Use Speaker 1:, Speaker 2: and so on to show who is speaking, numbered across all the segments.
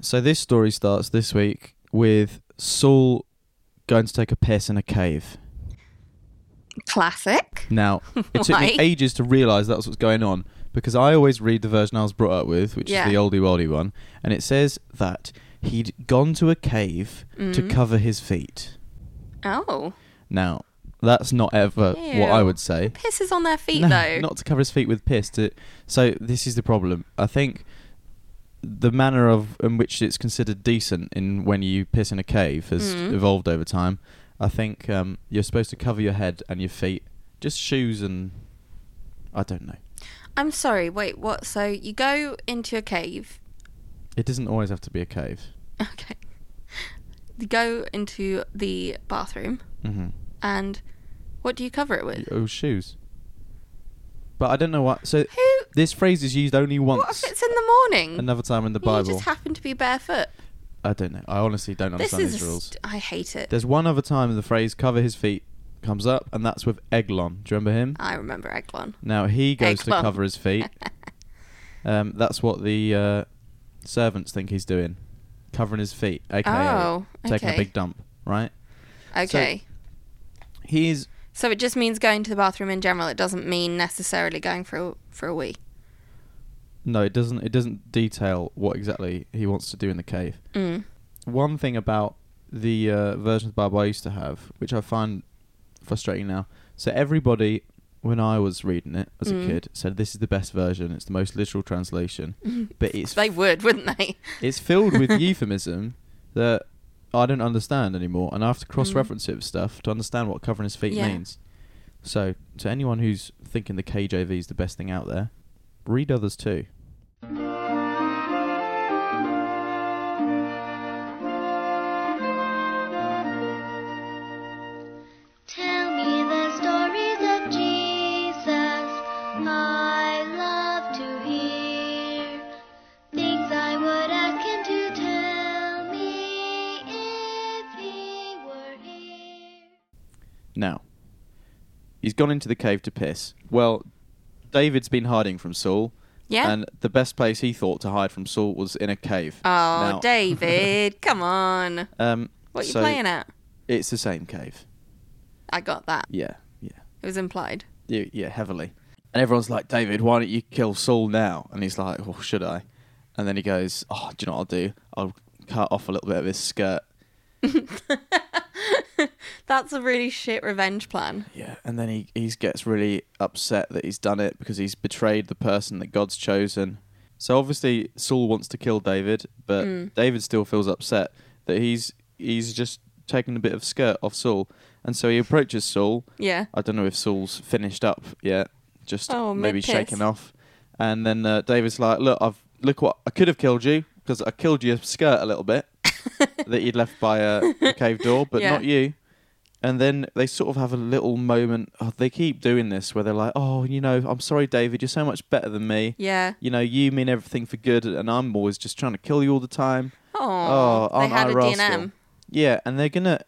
Speaker 1: So this story starts this week with Saul going to take a piss in a cave.
Speaker 2: Classic.
Speaker 1: Now, it took me
Speaker 2: Why?
Speaker 1: ages to realise that's what's going on because I always read the version I was brought up with, which
Speaker 2: Yeah.
Speaker 1: is the oldie worldy one, and it says that he'd gone to a cave to
Speaker 2: Mm.
Speaker 1: cover his feet.
Speaker 2: Oh.
Speaker 1: Now, that's not ever what I
Speaker 2: Ew.
Speaker 1: would say.
Speaker 2: Piss is on their feet
Speaker 1: No,
Speaker 2: though.
Speaker 1: Not to cover his feet with piss. To, so this is the problem. I think the manner of in which it's considered decent in when you piss in a cave has
Speaker 2: Mm.
Speaker 1: evolved over time. I think um, you're supposed to cover your head and your feet, just shoes and I don't know.
Speaker 2: I'm sorry. Wait, what? So you go into a cave.
Speaker 1: It doesn't always have to be a cave.
Speaker 2: Okay. You go into the bathroom
Speaker 1: Mm-hmm.
Speaker 2: and what do you cover it with?
Speaker 1: Oh, shoes. But I don't know what. So
Speaker 2: Who-
Speaker 1: this phrase is used only once.
Speaker 2: What if it's in the morning?
Speaker 1: Another time in the
Speaker 2: You
Speaker 1: Bible.
Speaker 2: just happen to be barefoot.
Speaker 1: I don't know. I honestly don't
Speaker 2: This
Speaker 1: understand
Speaker 2: is.
Speaker 1: these rules.
Speaker 2: St- I hate it.
Speaker 1: There's one other time the phrase "cover his feet" comes up, and that's with Eglon. Do you remember him?
Speaker 2: I remember Eglon.
Speaker 1: Now he goes to
Speaker 2: Eglon.
Speaker 1: cover his feet. um, that's what the uh, servants think he's doing, covering his feet, aka
Speaker 2: Oh,
Speaker 1: taking a
Speaker 2: okay.
Speaker 1: big dump, right?
Speaker 2: okay.
Speaker 1: He is
Speaker 2: So, it just means going to the bathroom in general. It doesn't mean necessarily going for a, for a wee.
Speaker 1: no, it doesn't it doesn't detail what exactly he wants to do in the cave.
Speaker 2: Mm.
Speaker 1: one thing about the uh, version of the Bible I used to have, which I find frustrating now. So everybody, when I was reading it as a
Speaker 2: Mm.
Speaker 1: kid, said this is the best version. It's the most literal translation, but it's
Speaker 2: Mm-hmm. They would, wouldn't they?
Speaker 1: it's filled with euphemism that I don't understand anymore, and I have to cross-reference it with stuff to understand what covering his feet
Speaker 2: Mm. Yeah.
Speaker 1: means. So, to anyone who's thinking the KJV is the best thing out there, read others too.
Speaker 3: Tell me the stories of Jesus. I love to hear things I would ask him to tell me if he were here.
Speaker 1: Now, he's gone into the cave to piss. Well, David's been hiding from Saul.
Speaker 2: Yeah.
Speaker 1: And the best place he thought to hide from Saul was in a cave.
Speaker 2: Oh,
Speaker 1: Now-
Speaker 2: David, come on.
Speaker 1: um,
Speaker 2: What are you
Speaker 1: so
Speaker 2: playing at?
Speaker 1: It's the same cave.
Speaker 2: I got that.
Speaker 1: Yeah, yeah,
Speaker 2: It was implied.
Speaker 1: yeah, yeah, heavily. And everyone's like, David, why don't you kill Saul now? And he's like, Oh, should I? And then he goes, Oh, do you know what I'll do? I'll cut off a little bit of his skirt.
Speaker 2: That's a really shit revenge plan.
Speaker 1: Yeah, and then he, he gets really upset that he's done it because he's betrayed the person that God's chosen. So obviously Saul wants to kill David, but David still feels upset that he's he's just taken a bit of skirt off Saul. And so he approaches Saul.
Speaker 2: Yeah.
Speaker 1: I don't know if Saul's finished up yet, just
Speaker 2: Oh,
Speaker 1: maybe
Speaker 2: mid-piss.
Speaker 1: shaken off. And then uh, David's like, "Look, I've look what I could have killed you because I killed your skirt a little bit that you'd left by a, the cave door, but
Speaker 2: Yeah.
Speaker 1: not you." And then they sort of have a little moment. Oh, they keep doing this where they're like, "Oh, you know, I'm sorry, David. You're so much better than me.
Speaker 2: Yeah.
Speaker 1: You know, you mean everything for good, and I'm always just trying to kill you all the time."
Speaker 2: Oh,
Speaker 1: oh,
Speaker 2: they
Speaker 1: aren't
Speaker 2: had
Speaker 1: I
Speaker 2: a
Speaker 1: rascal?
Speaker 2: DNM.
Speaker 1: Yeah, and they're gonna.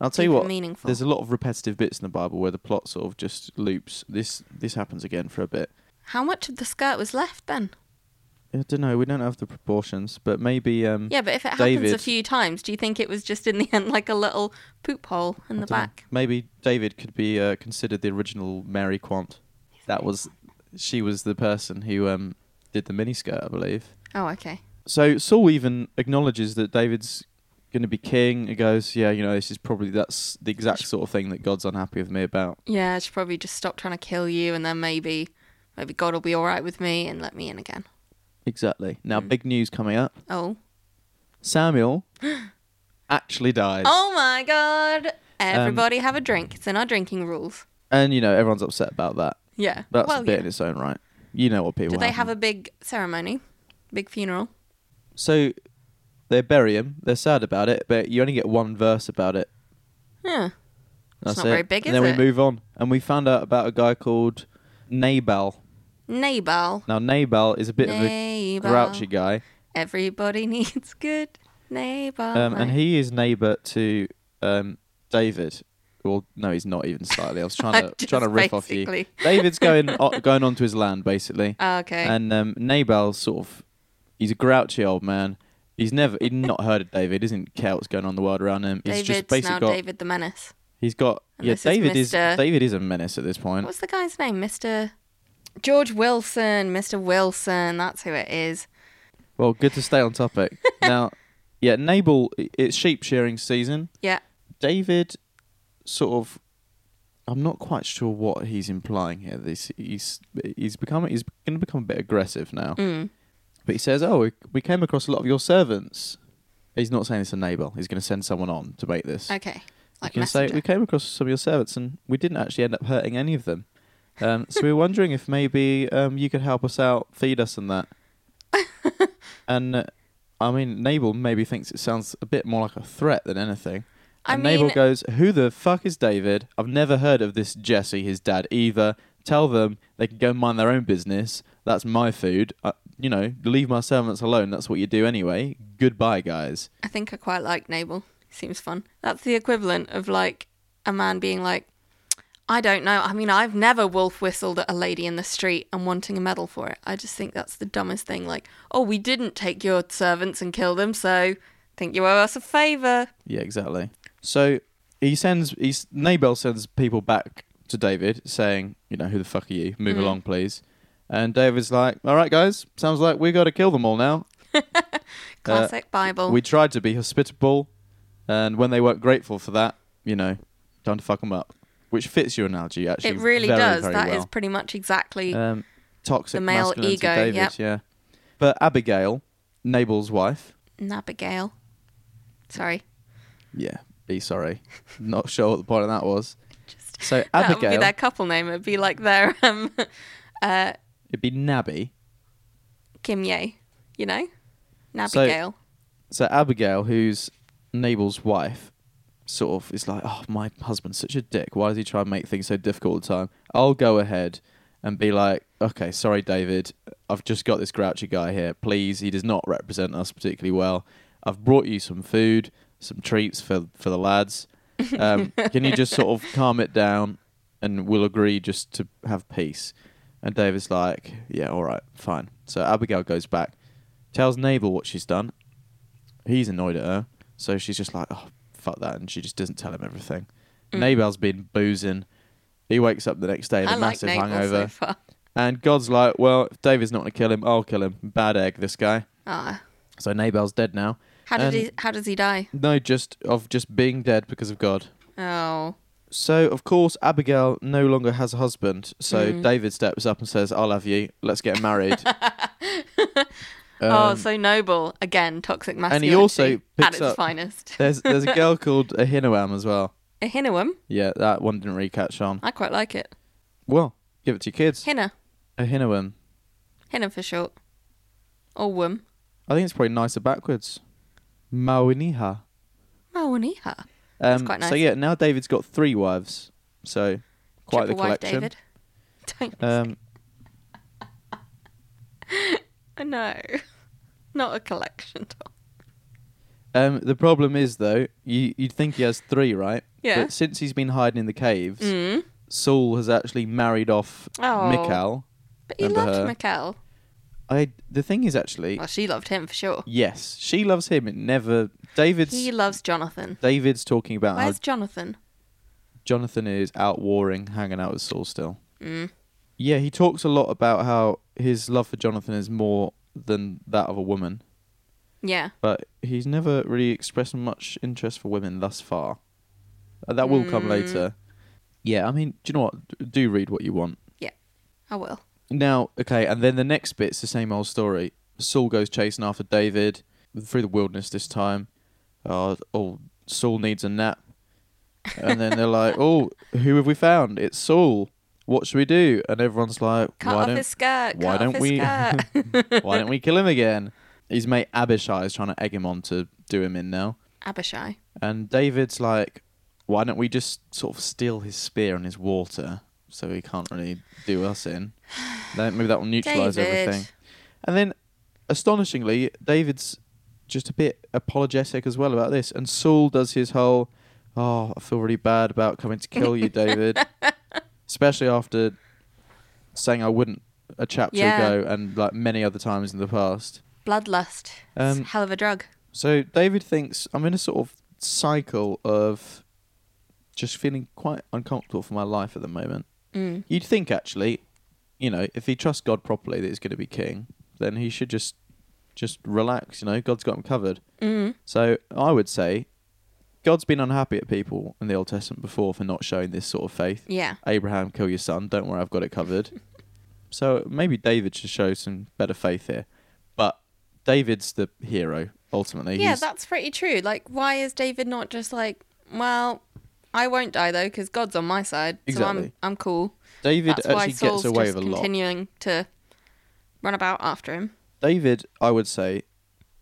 Speaker 1: I'll tell you
Speaker 2: Keep it
Speaker 1: what.
Speaker 2: meaningful.
Speaker 1: There's a lot of repetitive bits in the Bible where the plot sort of just loops. This this happens again for a bit.
Speaker 2: How much of the skirt was left then?
Speaker 1: I don't know. We don't have the proportions, but maybe. Um,
Speaker 2: Yeah, but if it happens
Speaker 1: David-
Speaker 2: a few times, do you think it was just in the end like a little poop hole in the
Speaker 1: I dunno.
Speaker 2: back?
Speaker 1: Maybe David could be uh, considered the original Mary Quant. That was, she was the person who um, did the miniskirt, I believe.
Speaker 2: Oh, okay.
Speaker 1: So Saul even acknowledges that David's going to be king. He goes, "Yeah, you know, this is probably that's the exact sort of thing that God's unhappy with me about."
Speaker 2: Yeah, I should probably just stop trying to kill you, and then maybe, maybe God will be all right with me and let me in again.
Speaker 1: Exactly. Now,
Speaker 2: Hmm.
Speaker 1: big news coming up.
Speaker 2: Oh,
Speaker 1: Samuel actually dies.
Speaker 2: oh my God! Everybody
Speaker 1: Um,
Speaker 2: have a drink. It's in our drinking rules.
Speaker 1: And you know, everyone's upset about that.
Speaker 2: Yeah.
Speaker 1: That's
Speaker 2: well,
Speaker 1: a bit
Speaker 2: yeah.
Speaker 1: in its own right. You know what people
Speaker 2: Did they have a big ceremony, big funeral?
Speaker 1: So they bury him, they're sad about it, but you only get one verse about it.
Speaker 2: Yeah.
Speaker 1: That's
Speaker 2: not
Speaker 1: it.
Speaker 2: very big,
Speaker 1: and
Speaker 2: is
Speaker 1: then
Speaker 2: it?
Speaker 1: we move on. And we found out about a guy called Nabal.
Speaker 2: Nabal.
Speaker 1: Now Nabal is a bit of a
Speaker 2: Nabal.
Speaker 1: grouchy guy.
Speaker 2: Everybody needs good Nabal.
Speaker 1: Um, and he is neighbour to um, David. Well, no, he's not even slightly. I was trying to
Speaker 2: Just
Speaker 1: trying to riff off you.
Speaker 2: basically.
Speaker 1: David's going o- going onto his land basically.
Speaker 2: Oh, okay.
Speaker 1: And um, Nabal's sort of he's a grouchy old man, He's never he'd not heard of David. He doesn't care what's going on in the world around him. He's just
Speaker 2: David's
Speaker 1: basically
Speaker 2: now
Speaker 1: got
Speaker 2: David the Menace.
Speaker 1: he's got
Speaker 2: And
Speaker 1: yeah.
Speaker 2: this is
Speaker 1: David is,
Speaker 2: Mr.
Speaker 1: David is a menace at this point.
Speaker 2: What's the guy's name? Mr. George Wilson. Mr. Wilson. That's who it is.
Speaker 1: Well, good to stay on topic. now, yeah, Nabal. i- It's sheep shearing season.
Speaker 2: Yeah.
Speaker 1: David, sort of. I'm not quite sure what he's implying here. This he's he's become he's going to become a bit aggressive now.
Speaker 2: Mm.
Speaker 1: But he says, "Oh, we, we came across a lot of your servants." He's not saying this to Nabal. He's going to send someone on to make this.
Speaker 2: Okay. Like
Speaker 1: you can say
Speaker 2: messenger.
Speaker 1: we came across some of your servants and we didn't actually end up hurting any of them. Um, so we were wondering if maybe um, you could help us out, feed us and that. and uh, I mean, Nabal maybe thinks it sounds a bit more like a threat than anything.
Speaker 2: I
Speaker 1: And Nabal
Speaker 2: mean-
Speaker 1: goes, "Who the fuck is David? I've never heard of this Jesse, his dad either. Tell them they can go mind their own business. That's my food. Uh, you know, leave my servants alone. That's what you do anyway. Goodbye, guys."
Speaker 2: I think I quite like Nabal. Seems fun. That's the equivalent of like a man being like, I don't know. I mean, I've never wolf whistled at a lady in the street and wanting a medal for it. I just think that's the dumbest thing. Like, oh, we didn't take your servants and kill them, so think you owe us a favour.
Speaker 1: Yeah, exactly. So he sends he's Nabel sends people back to David saying, you know, who the fuck are you? Move along, please. And David's like, "All right, guys, sounds like we got to kill them all now.
Speaker 2: Classic Bible.
Speaker 1: We tried to be hospitable, and when they weren't grateful for that, you know, time to fuck them up." Which fits your analogy actually.
Speaker 2: it really
Speaker 1: very,
Speaker 2: does. That
Speaker 1: very
Speaker 2: is
Speaker 1: well.
Speaker 2: pretty much exactly.
Speaker 1: um, toxic
Speaker 2: the male
Speaker 1: masculinity,
Speaker 2: ego,
Speaker 1: David.
Speaker 2: yep.
Speaker 1: Yeah, but Abigail, Nabel's wife.
Speaker 2: Abigail. Sorry.
Speaker 1: Yeah, be sorry. Not sure what the point of that was. so
Speaker 2: That would
Speaker 1: Abigail,
Speaker 2: be their couple name. It'd be like their um, uh,
Speaker 1: It'd be Nabby.
Speaker 2: Kim Ye, you know?
Speaker 1: So-
Speaker 2: Nabigail.
Speaker 1: So Abigail, who's Nabel's wife, sort of is like, "Oh, my husband's such a dick. Why does he try and make things so difficult all the time?" I'll go ahead and be like, "Okay, sorry, David. I've just got this grouchy guy here. Please, he does not represent us particularly well. I've brought you some food, some treats for for the lads. Um, can you just sort of calm it down, and we'll agree just to have peace?" And David's like, "Yeah, all right, fine." So Abigail goes back, tells Nabel what she's done, he's annoyed at her, so she's just like, oh, fuck that, and she just doesn't tell him everything. Nabal's been boozing. He wakes up the next day with
Speaker 2: Mm. I
Speaker 1: a
Speaker 2: like
Speaker 1: massive
Speaker 2: Nabal
Speaker 1: hangover,
Speaker 2: so far.
Speaker 1: and God's like, well, if David's not gonna kill him, I'll kill him. Bad egg, this guy.
Speaker 2: Ah.
Speaker 1: So Nabal's dead now.
Speaker 2: How did
Speaker 1: And-
Speaker 2: he? How does he die?
Speaker 1: No, just of just being dead because of God.
Speaker 2: Oh,
Speaker 1: So of course Abigail no longer has a husband. So
Speaker 2: Hmm.
Speaker 1: David steps up and says, "I'll have you. Let's get married."
Speaker 2: oh,
Speaker 1: Um,
Speaker 2: so noble again. Toxic masculinity.
Speaker 1: he also
Speaker 2: at
Speaker 1: picks
Speaker 2: its
Speaker 1: up-
Speaker 2: finest.
Speaker 1: there's there's a girl called Ahinoam as well.
Speaker 2: A Hinnoam.
Speaker 1: Yeah, that one didn't really catch on.
Speaker 2: I quite like it.
Speaker 1: Well, give it to your kids.
Speaker 2: Hinna.
Speaker 1: Ahinoam.
Speaker 2: Hinna for short. Or wum.
Speaker 1: I think it's probably nicer backwards. Mauiniha.
Speaker 2: Mawaniha.
Speaker 1: Um,
Speaker 2: quite
Speaker 1: So
Speaker 2: nice.
Speaker 1: yeah, now David's got three wives, so quite
Speaker 2: Triple
Speaker 1: the
Speaker 2: wife,
Speaker 1: collection.
Speaker 2: David. Don't.
Speaker 1: Um,
Speaker 2: no, not a collection. Tom.
Speaker 1: um, the problem is though, you you'd think he has three, right?
Speaker 2: Yeah.
Speaker 1: But since he's been hiding in the caves,
Speaker 2: Mm.
Speaker 1: Saul has actually married off
Speaker 2: Oh.
Speaker 1: Michal.
Speaker 2: But he
Speaker 1: Remember
Speaker 2: loved
Speaker 1: her.
Speaker 2: Mikkel.
Speaker 1: I the thing is actually,
Speaker 2: Well, she loved him for sure.
Speaker 1: yes, she loves him. It never David's
Speaker 2: He loves Jonathan.
Speaker 1: David's talking about how
Speaker 2: Where's Jonathan?
Speaker 1: Jonathan is out warring, hanging out with Saul still.
Speaker 2: Mm.
Speaker 1: Yeah, he talks a lot about how his love for Jonathan is more than that of a woman,
Speaker 2: Yeah.
Speaker 1: but he's never really expressed much interest for women thus far. Uh, That will
Speaker 2: Hmm.
Speaker 1: come later. Yeah, I mean, do you know what? D- Do read what you want.
Speaker 2: I will.
Speaker 1: Now, okay, and then the next bit's the same old story. Saul goes chasing after David through the wilderness this time. Uh, oh, Saul needs a nap. And then they're like, oh, who have we found? It's Saul. What should we do? And everyone's like,
Speaker 2: Cut
Speaker 1: why
Speaker 2: off
Speaker 1: don't
Speaker 2: his skirt.
Speaker 1: why
Speaker 2: cut
Speaker 1: don't
Speaker 2: off his
Speaker 1: we-
Speaker 2: skirt.
Speaker 1: why don't we kill him again? His mate Abishai is trying to egg him on to do him in now.
Speaker 2: Abishai.
Speaker 1: And David's like, why don't we just sort of steal his spear and his water so he can't really do us in? Then maybe that will neutralize
Speaker 2: David.
Speaker 1: everything. And then, astonishingly, David's just a bit apologetic as well about this. And Saul does his whole, oh, I feel really bad about coming to kill you, David. Especially after saying I wouldn't a chapter
Speaker 2: Yeah.
Speaker 1: ago and like many other times in the past.
Speaker 2: Bloodlust. it's a
Speaker 1: Um,
Speaker 2: hell of a drug.
Speaker 1: So David thinks I'm in a sort of cycle of just feeling quite uncomfortable for my life at the moment.
Speaker 2: Mm.
Speaker 1: You'd think actually, you know, if he trusts God properly that he's going to be king, then he should just just relax, you know, God's got him covered.
Speaker 2: Mm.
Speaker 1: So I would say God's been unhappy at people in the Old Testament before for not showing this sort of faith.
Speaker 2: Yeah.
Speaker 1: Abraham, kill your son. Don't worry, I've got it covered. so maybe David should show some better faith here. But David's the hero, ultimately.
Speaker 2: Yeah,
Speaker 1: He's-
Speaker 2: that's pretty true. Like, why is David not just like, well, I won't die though because God's on my side, so I'm
Speaker 1: Exactly.
Speaker 2: I'm cool.
Speaker 1: David
Speaker 2: That's why
Speaker 1: actually
Speaker 2: Saul's
Speaker 1: gets away
Speaker 2: just
Speaker 1: with a lot.
Speaker 2: continuing to run about after him.
Speaker 1: David, I would say,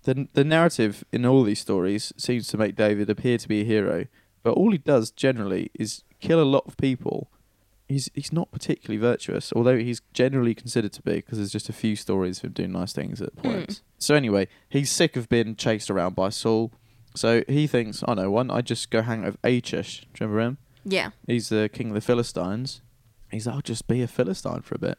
Speaker 1: the, the narrative in all these stories seems to make David appear to be a hero, but all he does generally is kill a lot of people. He's, he's not particularly virtuous, although he's generally considered to be, because there's just a few stories of him doing nice things
Speaker 2: Hmm.
Speaker 1: at points. So, anyway, he's sick of being chased around by Saul, so he thinks, I know one, I just go hang out with Achish. Do you remember him?
Speaker 2: Yeah.
Speaker 1: He's the king of the Philistines. He's like, I'll just be a Philistine for a bit.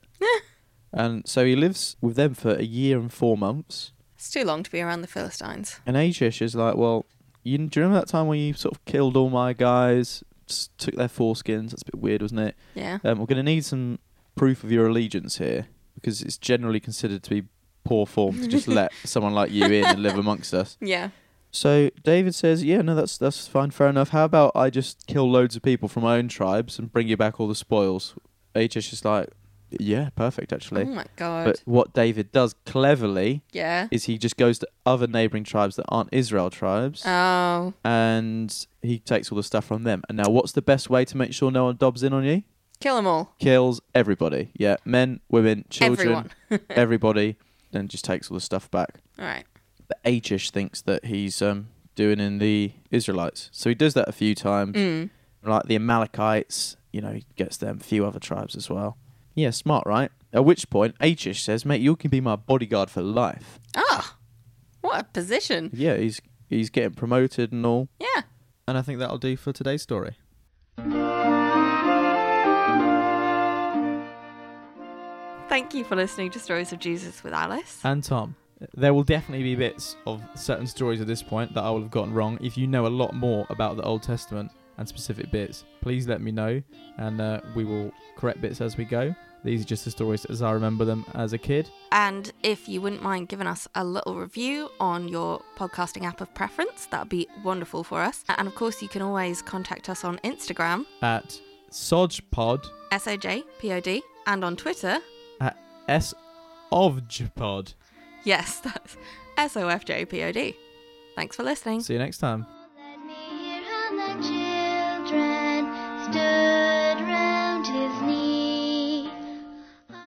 Speaker 1: and so he lives with them for a year and four months.
Speaker 2: It's too long to be around the Philistines.
Speaker 1: And Achish is like, Well, you, do you remember that time when you sort of killed all my guys, s- took their foreskins? That's a bit weird, wasn't it?
Speaker 2: Yeah.
Speaker 1: Um, we're going to need some proof of your allegiance here because it's generally considered to be poor form to just let someone like you in and live amongst us.
Speaker 2: Yeah.
Speaker 1: So David says, "Yeah, no, that's that's fine, fair enough. How about I just kill loads of people from my own tribes and bring you back all the spoils?" Achish is like, "Yeah, perfect,
Speaker 2: Oh
Speaker 1: actually."
Speaker 2: my god.
Speaker 1: But what David does cleverly
Speaker 2: yeah.
Speaker 1: is he just goes to other neighboring tribes that aren't Israel tribes,
Speaker 2: Oh.
Speaker 1: and he takes all the stuff from them. And now, what's the best way to make sure no one dobs in on you?
Speaker 2: Kill them all.
Speaker 1: Kills everybody. Yeah, men, women, children,
Speaker 2: Everyone.
Speaker 1: everybody, and just takes all the stuff back.
Speaker 2: All right.
Speaker 1: But Achish thinks that he's um, doing in the Israelites. So he does that a few times.
Speaker 2: Mm.
Speaker 1: Like the Amalekites, you know, he gets them, a few other tribes as well. Yeah, smart, right? At which point, Achish says, mate, you can be my bodyguard for life.
Speaker 2: Ah. What a position.
Speaker 1: Yeah, he's he's getting promoted and all.
Speaker 2: Yeah.
Speaker 1: And I think that'll do for today's story.
Speaker 2: Thank you for listening to Stories of Jesus with Alice.
Speaker 4: and Tom. There will definitely be bits of certain stories at this point that I will have gotten wrong. If you know a lot more about the Old Testament and specific bits, please let me know, and uh, we will correct bits as we go. These are just the stories as I remember them as a kid.
Speaker 2: And if you wouldn't mind giving us a little review on your podcasting app of preference, that would be wonderful for us. And of course, you can always contact us on Instagram,
Speaker 4: At Sojpod,
Speaker 2: S O J P O D, and on Twitter,
Speaker 4: at S Ovjpod.
Speaker 2: yes, that's S O F J P O D. Thanks for listening.
Speaker 4: See you next time.